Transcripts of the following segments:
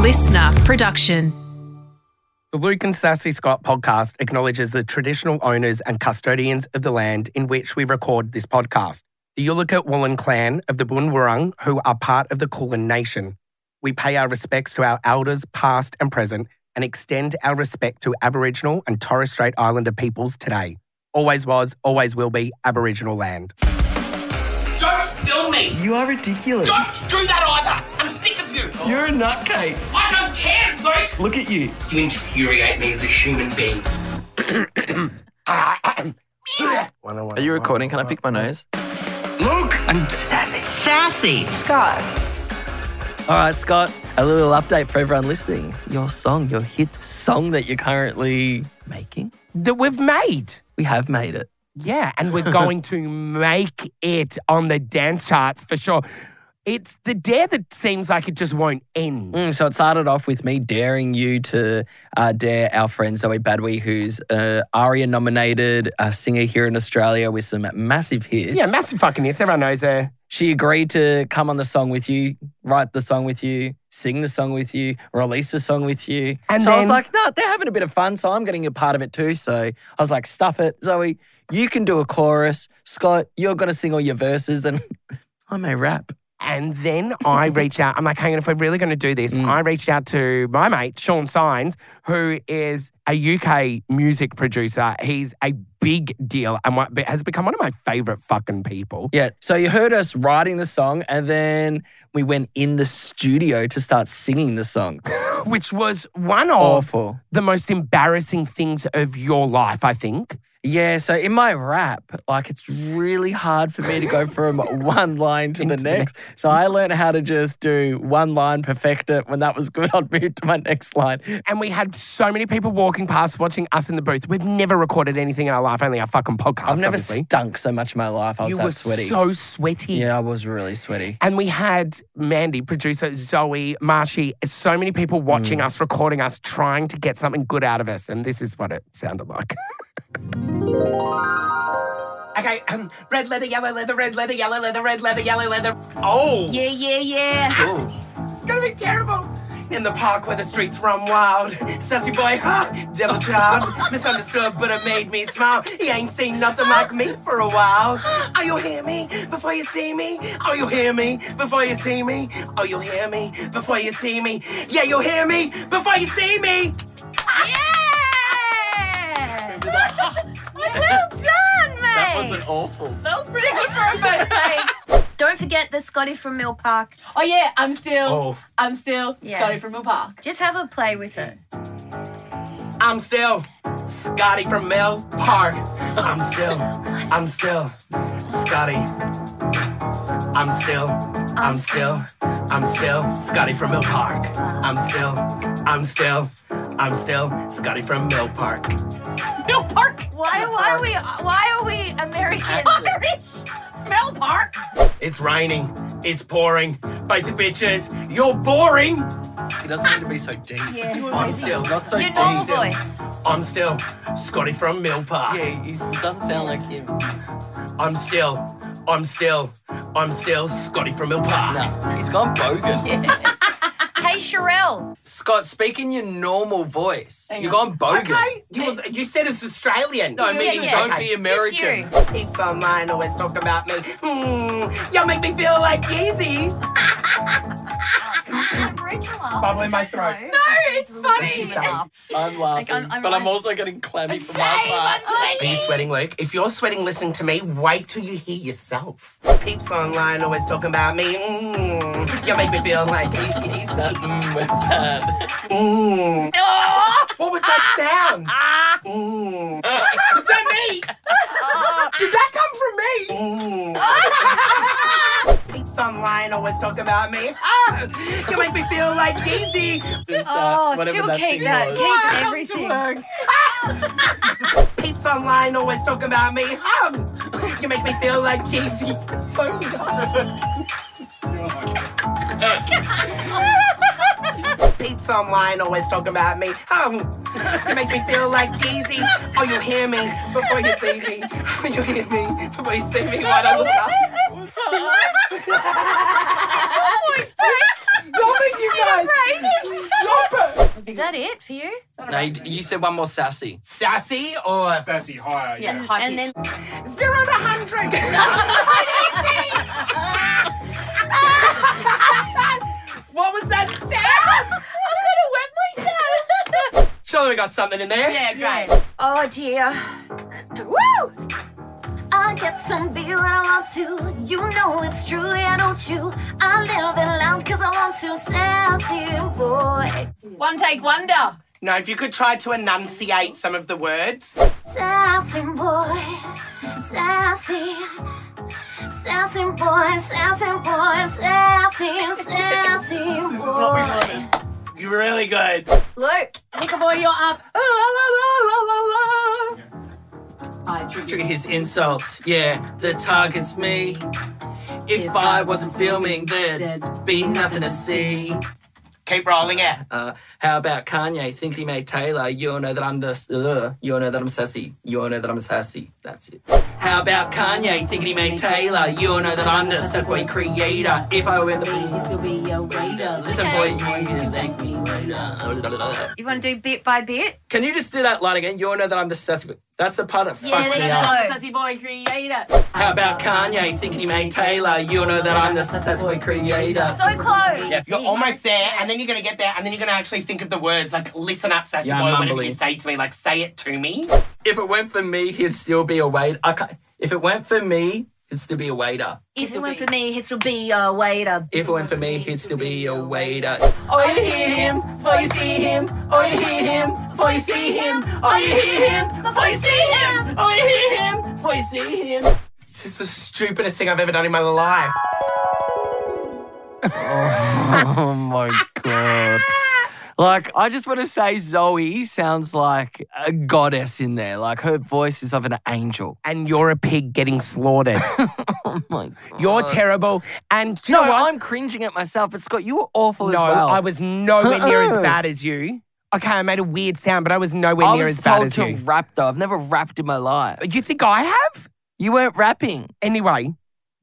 listener production. The Luke and Sassy Scott podcast acknowledges the traditional owners and custodians of the land in which we record this podcast, the Yulukat Woolen clan of the Bunwurrung, who are part of the Kulin Nation. We pay our respects to our elders, past and present, and extend our respect to Aboriginal and Torres Strait Islander peoples today. Always was, always will be Aboriginal land. Don't film me. You are ridiculous. Don't do that either. I'm sick of you. You're a nutcase. I don't care, Luke. Look at you. You infuriate me as a human being. Are you recording? Can I pick my nose? Luke and Sassy. Sassy. All right, Scott, a little update for everyone listening. Your song, your hit song that you're currently making, That we've made. we have made it. Yeah, and we're going to make it on the dance charts for sure. It's the dare that seems like it just won't end. Mm, so it started off with me daring you to uh, dare our friend Zoe Badwe, who's uh, ARIA nominated uh, singer here in Australia with some massive hits. Yeah, massive fucking hits. Everyone knows her. She agreed to come on the song with you, write the song with you, sing the song with you, release the song with you. And so I was then- like, no, they're having a bit of fun, so I'm getting a part of it too. So I was like, stuff it, Zoe, you can do a chorus. Scott, you're going to sing all your verses, and I may rap. And then I reached out. I'm like, hang on, if we're really going to do this, Mm. I reached out to my mate, Sean Sines, who is a UK music producer. He's a big deal and what, has become one of my favorite fucking people. Yeah. So you heard us writing the song, and then we went in the studio to start singing the song. Which was one of Awful. the most embarrassing things of your life, I think. Yeah. So in my rap, like it's really hard for me to go from one line to the Into the next. So I learned how to just do one line, perfect it. When that was good, I'd move to my next line. And we had so many people walking past watching us in the booth. We've never recorded anything in our life, only our fucking podcast. I've never obviously. stunk so much in my life. I was You that were sweaty. so sweaty. yeah, I was really sweaty. And we had Mandy, producer Zoe, Marshy, so many people watching Mm. us, recording us, trying to get something good out of us. And this is what it sounded like. Okay, um, red leather, yellow leather, red leather, yellow leather, red leather, yellow leather. Oh. Ah, Yeah, yeah, yeah. It's gonna be terrible. In the park where the streets run wild. Sassy boy, huh? Devil child. Misunderstood, but it made me smile. He ain't seen nothing like me for a while. Oh, you hear me before you see me? Oh, you hear me before you see me? Oh, you hear me before you see me? Yeah, you hear me before you see me. Yeah. well done, mate. That wasn't awful. That was pretty good for a first take. Don't forget the Scotty from Mill Park. Oh yeah, I'm still, I'm still Yeah. Scotty from Mill Park. Just have a play with it. I'm still Scotty from Mel Park. I'm still, I'm still Scotty. I'm still, I'm still, I'm still Scotty from Mill Park. I'm still, I'm still, I'm still Scotty from Mill Park. Mill Park. Why, why are we? Why are we American? Irish. Mill Park. It's raining, it's pouring. Basic bitches, you're boring. It doesn't need to be so deep. I'm still, so Your normal voice. I'm still Scotty from Mill Park. it doesn't sound like him. I'm still, I'm still, I'm still Scotty from Mill Park. he's gone bogan. Hey, Sherelle. Scott, speak in your normal voice. Hang You're on. gone bogan. Okay, you, you said it's Australian. No, I mean, Yeah, yeah. don't Okay. be American. Just you. It's online always talking about me. Hmm, y'all make me feel like Yeezy. Bubble in my throat. No, it's funny. I'm laughing, I'm- I'm but I'm like- also getting clammy for Same, my part. I'm Are you sweating. sweating, Luke? If you're sweating, listen to me. Wait till you hear yourself. Peeps online always talking about me. Mm, you make me feel like Yeezy. Mm, we're bad. Mm. Oh, What was that sound? Mm. Was that me? Did that come from me? Mm. Peeps online always talking about me. Ah, you make me feel like Yeezy. Just, uh, Oh, whatever still that keep thing that. was. Keep welcome everything. To work. peeps online always talk about me. Um, you make me feel like Casey. Peeps online always talk about me. Um, you make me feel like Jeezy. Oh, you hear me before you see me. You hear me before you see me. Why don't look up? Stop it, you guys. think Is that it for you? that No, you, you said one more sassy. Sassy or Sassy higher. Yeah, Yeah. high and then pitch. zero to hundred? what was that sound? I'm gonna wet myself. Surely we got something in there. Yeah, great. Oh dear. Woo! I got some beer and I want to. You know it's true, yeah, don't you? I live it loud cause I want to sassy boy. One take wonder. No, if you could try to enunciate some of the words. Sassy boy. Sassy. Sassy boy, sassy boy, sassy, sassy boy. This is what we wanted. You're really good. Luke, Nicker boy, you're up. I Look trigger. at His insults, yeah, the target's me. If I wasn't filming, there'd be nothing to see. Keep rolling it. Uh, how about Kanye? Think he made Taylor? You all know that I'm the uh, you all know that I'm sassy. You all know that I'm sassy. That's it. How about Kanye? Think he made Taylor? You all know that I'm the sass boy creator. If I were the This will be your waiter. listen boy, you can thank me later. you wanna do bit by bit? Can you just do that line again? You all know that I'm the sassy. boy- That's the part that Yeah, fucks there me you up. go. Oh. Sassy boy creator. How about Kanye? Think he made Taylor? You all know that I'm the sass boy creator. So close. Yeah, you're almost there, and then you're gonna get there, and then you're gonna actually think of the words. Like, listen up, sassy Yeah, I'm boy. Whatever mumbling. you say to me, like, say it to me. If it weren't for me, he'd still be a waiter. I can't. If it weren't for me, he'd still be a waiter. If it went for me, it will be a waiter. If it weren't for me, he'd still be a waiter. Oh, you hear him, before you see him. Oh, you hear him, before you see him. Oh, you hear him, before you see him. Oh, you hear him, before you see him. This is the stupidest thing I've ever done in my life. Oh my god. Like, I just want to say Zoe sounds like a goddess in there. Like, her voice is of an angel. And you're a pig getting slaughtered. Oh my God. You're terrible. And do you No, know what? I'm cringing at myself, but Scott, you were awful no, as well. I was nowhere near as bad as you. Okay, I made a weird sound, but I was nowhere I near was as bad told as to you. rap, though. I've never rapped in my life. You think I have? You weren't rapping. Anyway,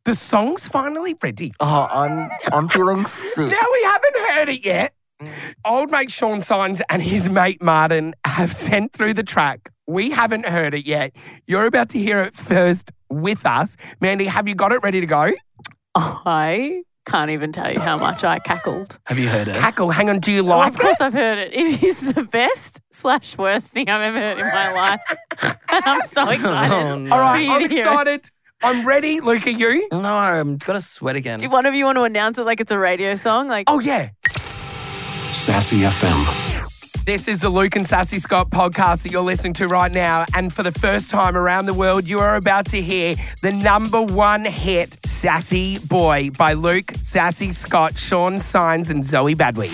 the song's finally ready. Oh, I'm, I'm feeling sick. Now we haven't heard it yet. Mm. Old mate Sean Sines and his mate Martin have sent through the track. We haven't heard it yet. You're about to hear it first with us. Mandy, have you got it ready to go? I can't even tell you how much I cackled. Have you heard it? Cackle, hang on, do you Well, like of course, Oh, I've heard it. It is the best slash worst thing I've ever heard in my life. And I'm so excited. Oh, no. All right, For you I'm to hear it. excited. I'm ready. Luke, are you? No, I'm going to sweat again. Do one of you want to announce it like it's a radio song? Like, Oh, yeah. Sassy FM. This is the Luke and Sassy Scott podcast that you're listening to right now. And for the first time around the world, you are about to hear the number one hit, Sassy Boy, by Luke, Sassy Scott, Sean Sines, and Zoe Badwee.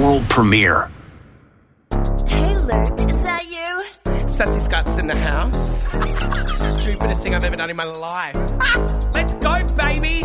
World premiere. Hey Luke, is that you? Sassy Scott's in the house. Stupidest thing I've ever done in my life. Ah, let's go, baby!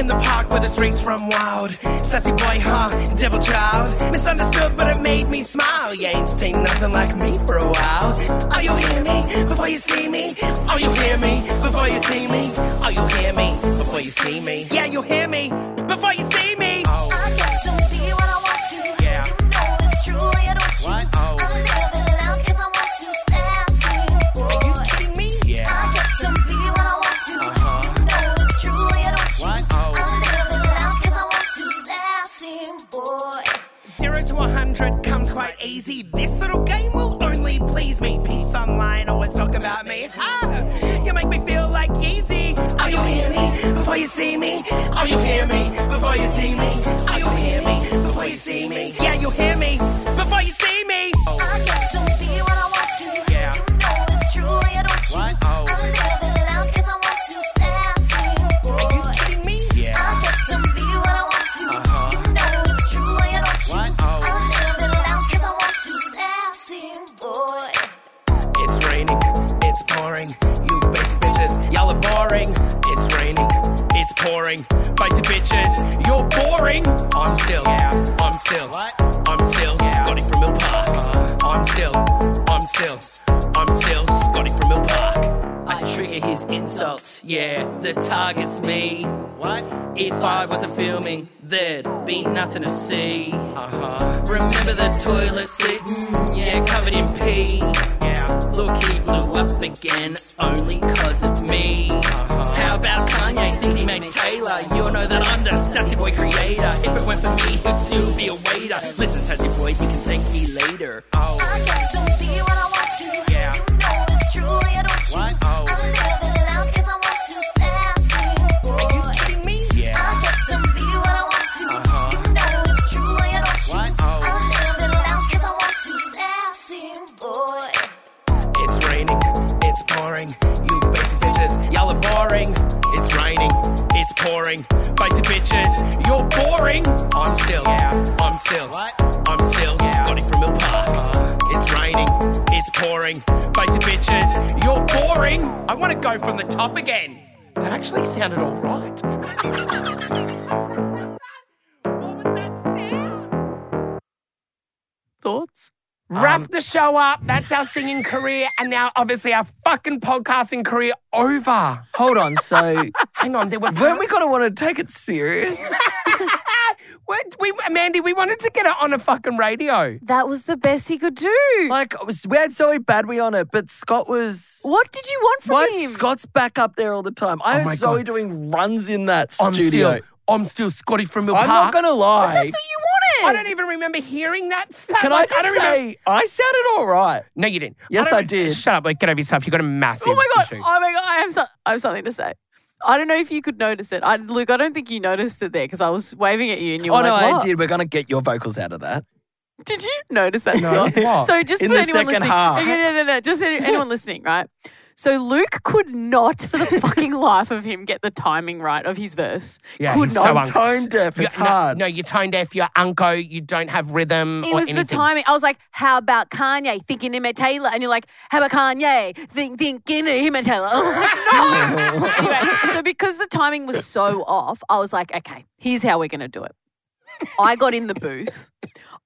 In the park where the streets run wild. Sassy boy, huh? Devil child. Misunderstood, but it made me smile. You ain't seen nothing like me for a while. Oh, you'll hear me before you see me. Oh, you'll hear me before you see me. Oh, you'll hear me before you see me. Yeah, you'll hear me before you see me. Oh, I got to be what I want to. Yeah. You know it's true, yeah, don't you? What? Oh. I'm living loud 'cause I want to sassy boy. are you kidding me? I Yeah. Uh-huh. got to be what I want to. You know it's true, yeah, don't you? What? Oh. I'm living loud 'cause I want to sassy boy. Zero to 100 comes quite easy. This little game will only please me. Peeps online always talk about me. Ah, you make me feel like Yeezy. Oh, you hear me before you see me. Oh, you hear me before you see me. Oh, you hear me before you see me. Yeah, you hear me before you see me. I got to be what I want to. Yeah. You know it's true, yeah, don't you? What? Oh. I'm living loud 'cause I want to sassy Are you boy. kidding me? Yeah. I get to be what I want to. You know it's true, you don't you? I'm living loud 'cause I want to sassy boy. It's raining, it's pouring. You basic bitches, y'all are boring. It's raining, it's pouring. Basic bitches, you're boring. I'm still, I'm still, I'm still Scotty from Mill Park. I'm still, I'm still, I'm still Scotty from Mill Park. I trigger his insults. Yeah, the target's me. What? If I wasn't filming, there'd be nothing to see. Uh huh. Remember the toilet seat? Mm, yeah, covered in pee. Yeah. Look, he blew up again, only cause of me. Uh-huh. How about Kanye? Think he made Taylor? You'll know that I'm the sassy boy creator. If it weren't for me, he'd still be a waiter. Listen, sassy boy, you can thank me later. Oh. I get to be what I want to. Yeah. You know it's true, yeah, don't you? What? Oh. I'm living loud 'cause I want to. Sassy boy. Are you kidding me? I Yeah. get to be what I want to. Uh-huh. You know it's true, yeah, don't you? What? Oh. I'm living loud 'cause I want to. Sassy boy. It's raining, it's pouring. You basic bitches, y'all are boring. It's raining, it's pouring. Basic bitches, you're boring. I'm still, yeah. I'm still, I'm still Scotty from Mill Park. It's raining, it's pouring. Basic bitches, you're boring. I want to go from the top again. That actually sounded all right. Thoughts? Um, Wrap the show up. That's our singing career, and now obviously our fucking podcasting career Ah, over. Hold on. So Hang on, there were when we gonna want to take it serious? we, we Mandy, we wanted to get it on a fucking radio. That was the best he could do. Like it was- we had Zoe Badwe on it, but Scott was. what did you want from Why him? is Scott's back up there all the time? I have Oh my Zoe God. doing runs in that I'm studio. still, I'm still Scotty from Mill I'm Park. not gonna lie. That's what you I wanted. don't even remember hearing that. Stuff. Can I Like, just don't say remember- I sounded all right? No, you didn't. Yes, don't- I did. Shut up, like get over yourself. You got a massive. oh my god! issue. Oh my god! I have so- I have something to say. I don't know if you could notice it. I, Luke, I don't think you noticed it there because I was waving at you and you Oh were no, like, I "What?" did. We're gonna get your vocals out of that. Did you notice that, No. Scott? What? So just In for the anyone second listening, half. Okay, no, no, no, just any- anyone listening, right? So Luke could not, for the fucking life of him, get the timing right of his verse. Yeah, could he's not. so I'm tone deaf. It's no, hard. No, you're tone deaf. You're unco. You don't have rhythm. it or was the anything. timing. I was like, "How about Kanye thinking him a Taylor?" And you're like, "How about Kanye think thinking him a Taylor?" I was like, "No." anyway, so because the timing was so off, I was like, "Okay, here's how we're gonna do it." I got in the booth.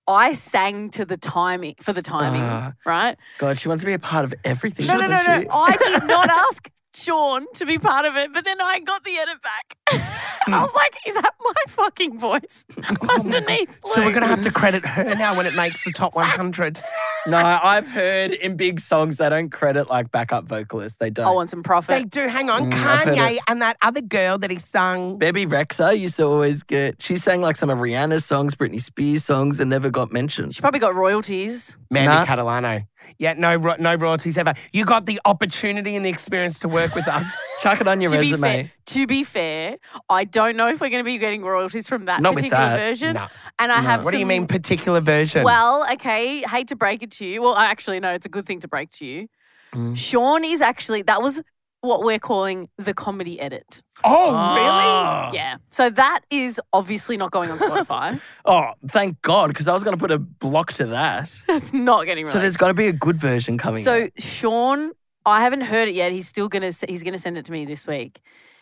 I sang to the timing for the timing, Uh-huh. Ah. right? God, she wants to be a part of everything. No, no, no, doesn't no. Oh, she? I did not ask Sean to be part of it, but then I got the edit back. Hmm. I was like, is that my fucking voice underneath? So we're gonna have Luke's? to credit her now when it makes the top 100. No, I've heard in big songs they don't credit like backup vocalists. They don't. I want some profit. They do. Hang on, Mm, I've heard Kanye it. and that other girl that he sung. Bebby Rexha used to always get. She sang like some of Rihanna's songs, Britney Spears songs, and never got mentioned. She probably got royalties. Mandy Nah. Catalano. Yeah, no, ro- no royalties ever. You got the opportunity and the experience to work with us. Chuck it on your to be resume. fair, to be fair, I don't know if we're going to be getting royalties from that Not with particular that. version. No. And I have What do you some- mean particular version? Well, okay, hate to break it to you. Well, I actually no, it's a good thing to break to you. Mm. Sean is actually that was what we're calling the comedy edit. oh, Oh. Yeah. So that is obviously not going on Spotify. Oh, thank God, because I was going to put a block to that. That's not getting So released. there's got to be a good version coming. So out. Sean, I haven't heard it yet. He's still gonna s- he's gonna send it to me this week.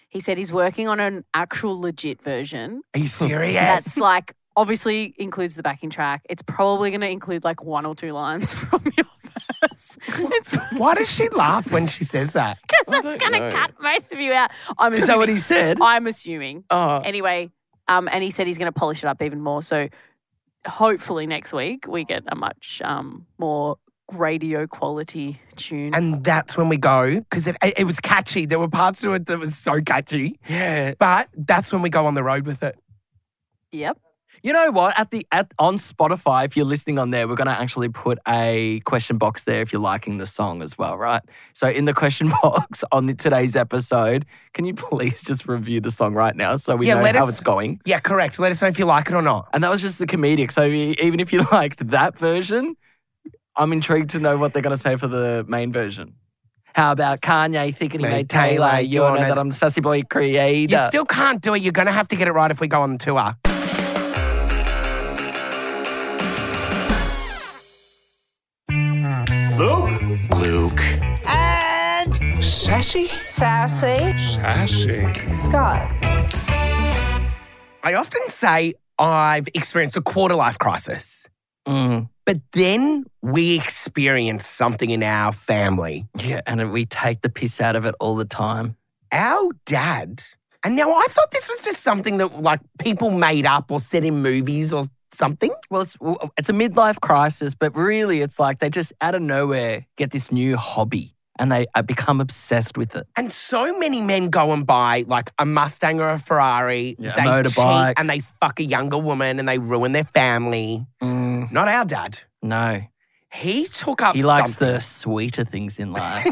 He said he's working on an actual legit version Are you serious? that's like obviously includes the backing track. It's probably gonna include like one or two lines from your verse. It's Why does she laugh when she says that? because that's gonna cut most of you out. I'm is that assuming. what he said? I'm assuming. Oh, Anyway, um, and he said he's gonna polish it up even more. So hopefully next week we get a much um more radio quality tune. And that's when we go because it, it was catchy. There were parts to it that was so catchy, yeah. but that's when we go on the road with it. yep. You know what? At the at on Spotify, if you're listening on there, we're gonna actually put a question box there if you're liking the song as well, right? So in the question box on the, today's episode, can you please just review the song right now so we Yeah, know let how us- it's going? Yeah, correct. Let us know if you like it or not. And that was just the comedic. So e- even if you liked that version, I'm intrigued to know what they're gonna say for the main version. How about Kanye thinking he Made made Taylor? Taylor, You all know that I'm the sassy boy creator. You still can't do it. You're going to have to get it right if we go on tour. Luke. And Sassy? I often say I've experienced a quarter life crisis. Mm. But then we experience something in our family. Yeah, and we take the piss out of it all the time. Our dad, and now I thought this was just something that like people made up or said in movies or something. Well, it's, w- it's a midlife crisis, but really it's like they just out of nowhere get this new hobby and they uh, become obsessed with it. And so many men go and buy like a Mustang or a Ferrari, Yeah, a they motorbike. cheat and they fuck a younger woman and they ruin their family. Mm, Not our dad. no. He took up He likes something. the sweeter things in life.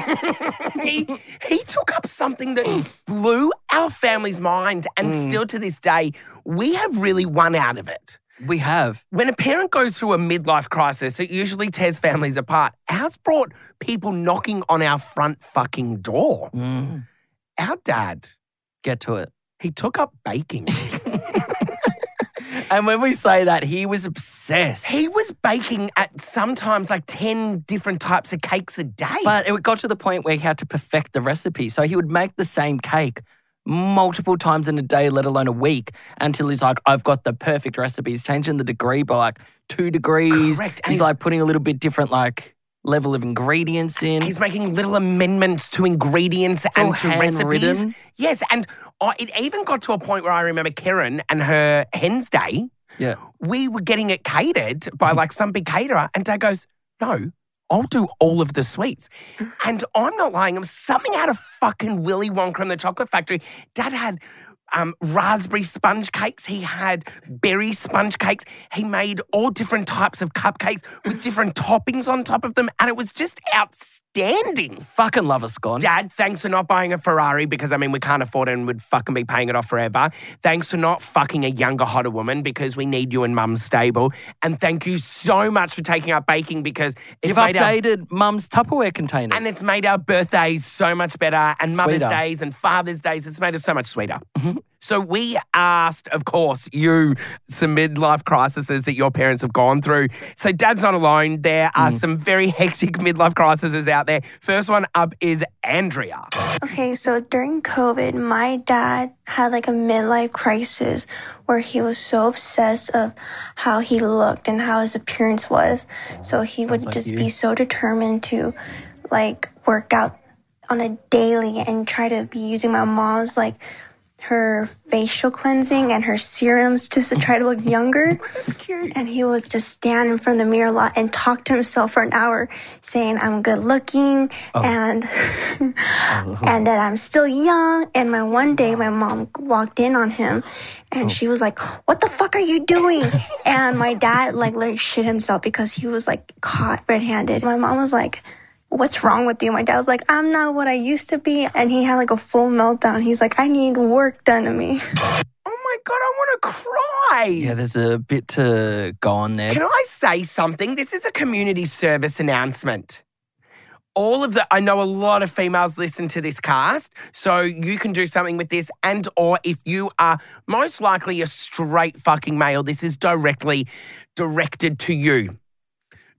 he, he took up something that blew our family's mind. And Mm. still to this day, we have really won out of it. we have. When a parent goes through a midlife crisis, it usually tears families apart. Ours brought people knocking on our front fucking door. Mm, Our dad, get to it. he took up baking. And when we say that, he was obsessed. he was baking at sometimes like 10 different types of cakes a day. But it got to the point where he had to perfect the recipe. So he would make the same cake multiple times in a day, let alone a week, until he's like, I've got the perfect recipe. He's changing the degree by like two degrees. Correct. And He's, he's- like putting a little bit different like level of ingredients in. he's making little amendments to ingredients all and to recipes. handwritten. Yes, and I, it even got to a point where I remember Karen and her hen's day. Yeah. Mm-hmm. we were getting it catered by like some big caterer, and Dad goes, "No, I'll do all of the sweets." Mm-hmm. And I'm not lying; I'm something out of fucking Willy Wonka and the Chocolate Factory. Dad had. Um, raspberry sponge cakes. He had berry sponge cakes. He made all different types of cupcakes with different toppings on top of them, and it was just outstanding. fucking love us gone. Dad, thanks for not buying a Ferrari because I mean we can't afford it and would fucking be paying it off forever. Thanks for not fucking a younger, hotter woman because we need you in mum's stable. And thank you so much for taking up baking because it's You've made our updated mum's Tupperware containers. and it's made our birthdays so much better and Mother's Sweeter. Days and Father's Days. It's made us so much sweeter. So we asked, of course, you some midlife crises that your parents have gone through. So Dad's not alone. There are some very hectic midlife crises out there. First one up is Andrea. Okay, so during COVID, my dad had like a midlife crisis where he was so obsessed of how he looked and how his appearance was. So he would just be so determined to like work out on a daily and try to be using my mom's like her facial cleansing and her serums just to try to look younger. That's cute. And he would just stand in front of the mirror a lot and talk to himself for an hour saying I'm good looking and and that I'm still young. And my one day, my mom walked in on him, and she was like, "What the fuck are you doing?" and my dad like literally shit himself because he was like caught red-handed. My mom was like. What's wrong with you? My dad was like, I'm not what I used to be. And he had like a full meltdown. He's like, I need work done to me. Oh my God, I want to cry. yeah, there's a bit to go on there. Can I say something? This is a community service announcement. All of the I know a lot of females listen to this cast, so you can do something with this and or if you are most likely a straight fucking male, this is directly directed to you.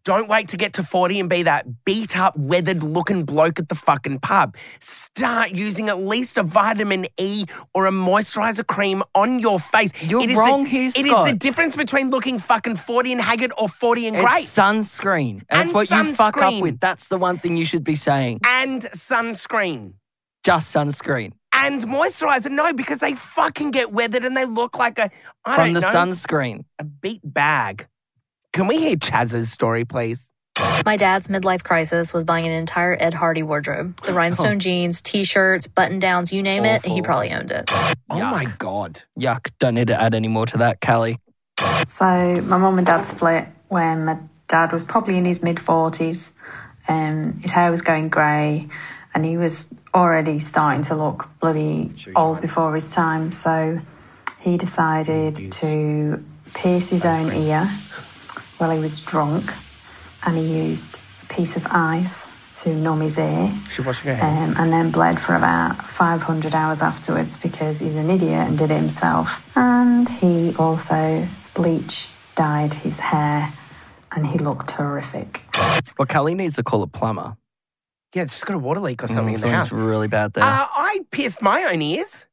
Don't wait to get to 40 and be that beat up, weathered looking bloke at the fucking pub. Start using at least a vitamin E or a moisturizer cream on your face. You're It is a- wrong here, It is Scott. the difference between looking fucking 40 and haggard or 40 and it's great. sunscreen. That's And what you fuck up sunscreen. with. That's the one thing you should be saying. and sunscreen. Just sunscreen. And moisturizer. No, because they fucking get weathered and they look like a, I From don't the know, sunscreen. a beat bag. Can we hear Chaz's story, please? My dad's midlife crisis was buying an entire Ed Hardy wardrobe. The Oh. rhinestone jeans, t shirts, button downs, you name it, he Awful. probably owned it. Oh my God. Yuck. Don't need to add any more to that, Callie. So my mum and dad split when my dad was probably in his mid forties. Um, his hair was going grey, and he was already starting to look bloody old before his time. So he decided to pierce his own ear while he was drunk, and he used a piece of ice to numb his ear. Um, and then bled for about 500 hours afterwards because he's an idiot and did it himself. And he also bleach dyed his hair and he looked horrific. Well, Callie needs to call a plumber. Yeah, it's just got a water leak or something Mm, in the house. something's really bad there. Uh, I pierced my own ears.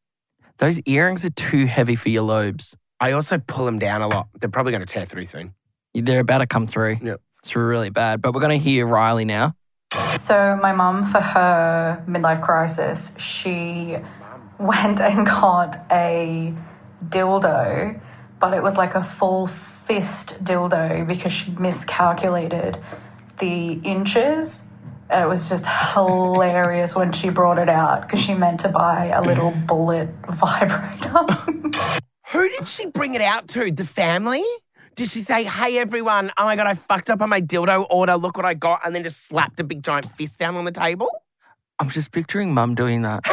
Those earrings are too heavy for your lobes. I also pull them down a lot. They're probably going to tear through soon. They're about to come through. Yep. It's really bad. But we're going to hear Riley now. So, my mum, for her midlife crisis, she went and got a dildo, but it was like a full fist dildo because she miscalculated the inches. And it was just hilarious when she brought it out because she meant to buy a little bullet vibrator. Who did she bring it out to? The family? Did she say, hey everyone, oh my god, I fucked up on my dildo order, look what I got, and then just slapped a big giant fist down on the table? I'm just picturing mum doing that.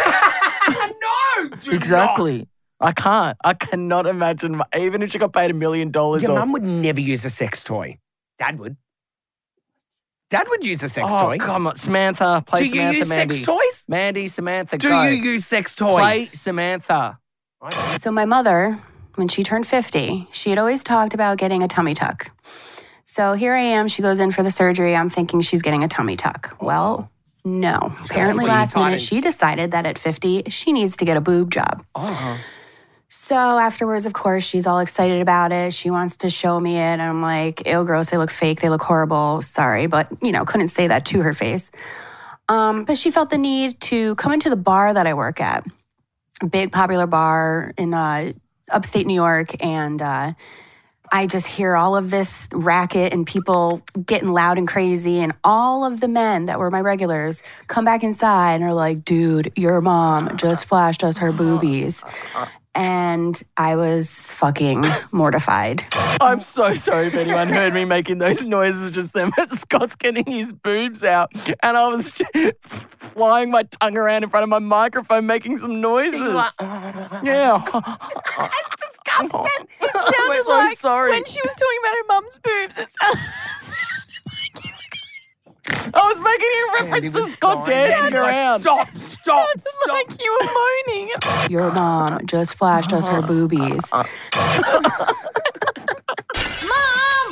no! do exactly. I can't. I cannot imagine. my- Even if she got paid a million not. dollars Your or mum would never use a sex toy. Dad would. Dad would use a sex oh, toy. Come on, Samantha. Play Do you Samantha, use Mandy. sex toys? Mandy, Samantha, Do go. you use sex toys? Play Samantha. So, my mother, when she turned 50, she had always talked about getting a tummy tuck. So, here I am. She goes in for the surgery. I'm thinking she's getting a tummy tuck. Well, no. Apparently, What are you last minute, talking? she decided that at 50, she needs to get a boob job. Uh-huh. So, afterwards, of course, she's all excited about it. She wants to show me it. And I'm like, ew, gross. They look fake. They look horrible. Sorry. But, you know, couldn't say that to her face. Um, but she felt the need to come into the bar that I work at, a big popular bar in uh, upstate New York. And uh, I just hear all of this racket and people getting loud and crazy. And all of the men that were my regulars come back inside and are like, dude, your mom just flashed us her boobies. Uh-huh. And I was fucking mortified. I'm so sorry if anyone heard me making those noises just then, but Scott's getting his boobs out, and I was just flying my tongue around in front of my microphone, making some noises. yeah. disgusting. It sounded I'm so like sorry. when she was talking about her mum's boobs. It sounded. I was making a reference to Scott dancing around. stop, stop, stop. like you were moaning. Your mom just flashed us Uh-huh. her boobies. Mom!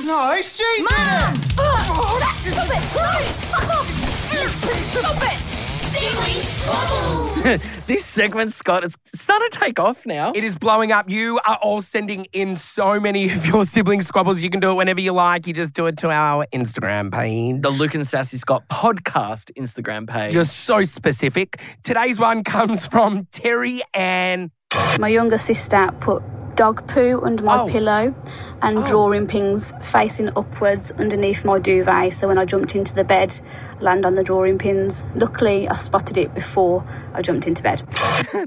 No, she Mom! Stop it! Hurry! Fuck off! Stop it! Silly squabbles! this segment, Scott, it's starting to take off now. It is blowing up. You are all sending in so many of your sibling squabbles. You can do it whenever you like. You just do it to our Instagram page. The Luke and Sassy Scott podcast Instagram page. You're so specific. Today's one comes from Terry Ann. My younger sister put dog poo under my pillow and drawing pins facing upwards underneath my duvet. So when I jumped into the bed, land on the drawing pins. Luckily, I spotted it before I jumped into bed.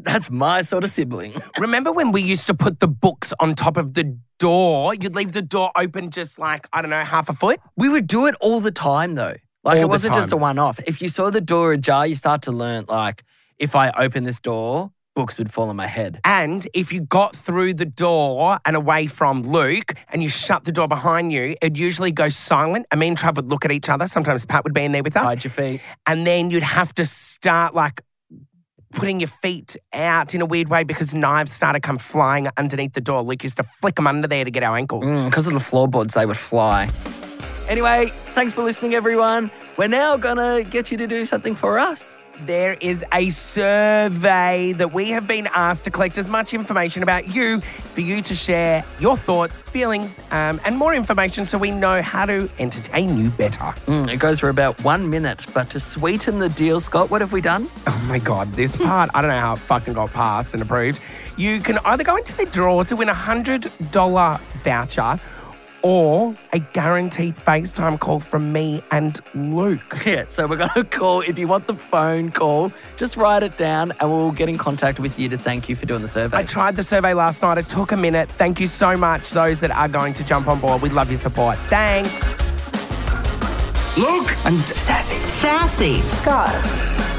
That's my sort of sibling. Remember when we used to put the books on top of the door? You'd leave the door open just like, I don't know, half a foot? We would do it all the time though. Like All it the wasn't just a time. one off. If you saw the door ajar, you start to learn like if I open this door, books would fall on my head. And if you got through the door and away from Luke and you shut the door behind you, it'd usually go silent. I mean, Trav would look at each other. Sometimes Pat would be in there with us. Hide your feet. And then you'd have to start like putting your feet out in a weird way because knives started come flying underneath the door. Luke used to flick them under there to get our ankles. Because Mm, of the floorboards, they would fly. Anyway, thanks for listening, everyone. We're now gonna get you to do something for us. There is a survey that we have been asked to collect as much information about you for you to share your thoughts, feelings, um, and more information so we know how to entertain you better. Mm, it goes for about one minute, but to sweeten the deal, Scott, what have we done? Oh my God, this part, I don't know how it fucking got passed and approved. You can either go into the draw to win a $100 voucher or a guaranteed FaceTime call from me and Luke. Yeah, so we're going to call. If you want the phone call, just write it down and we'll get in contact with you to thank you for doing the survey. I tried the survey last night. It took a minute. Thank you so much, those that are going to jump on board. We love your support. Thanks. Luke and Sassy. Sassy. Scott.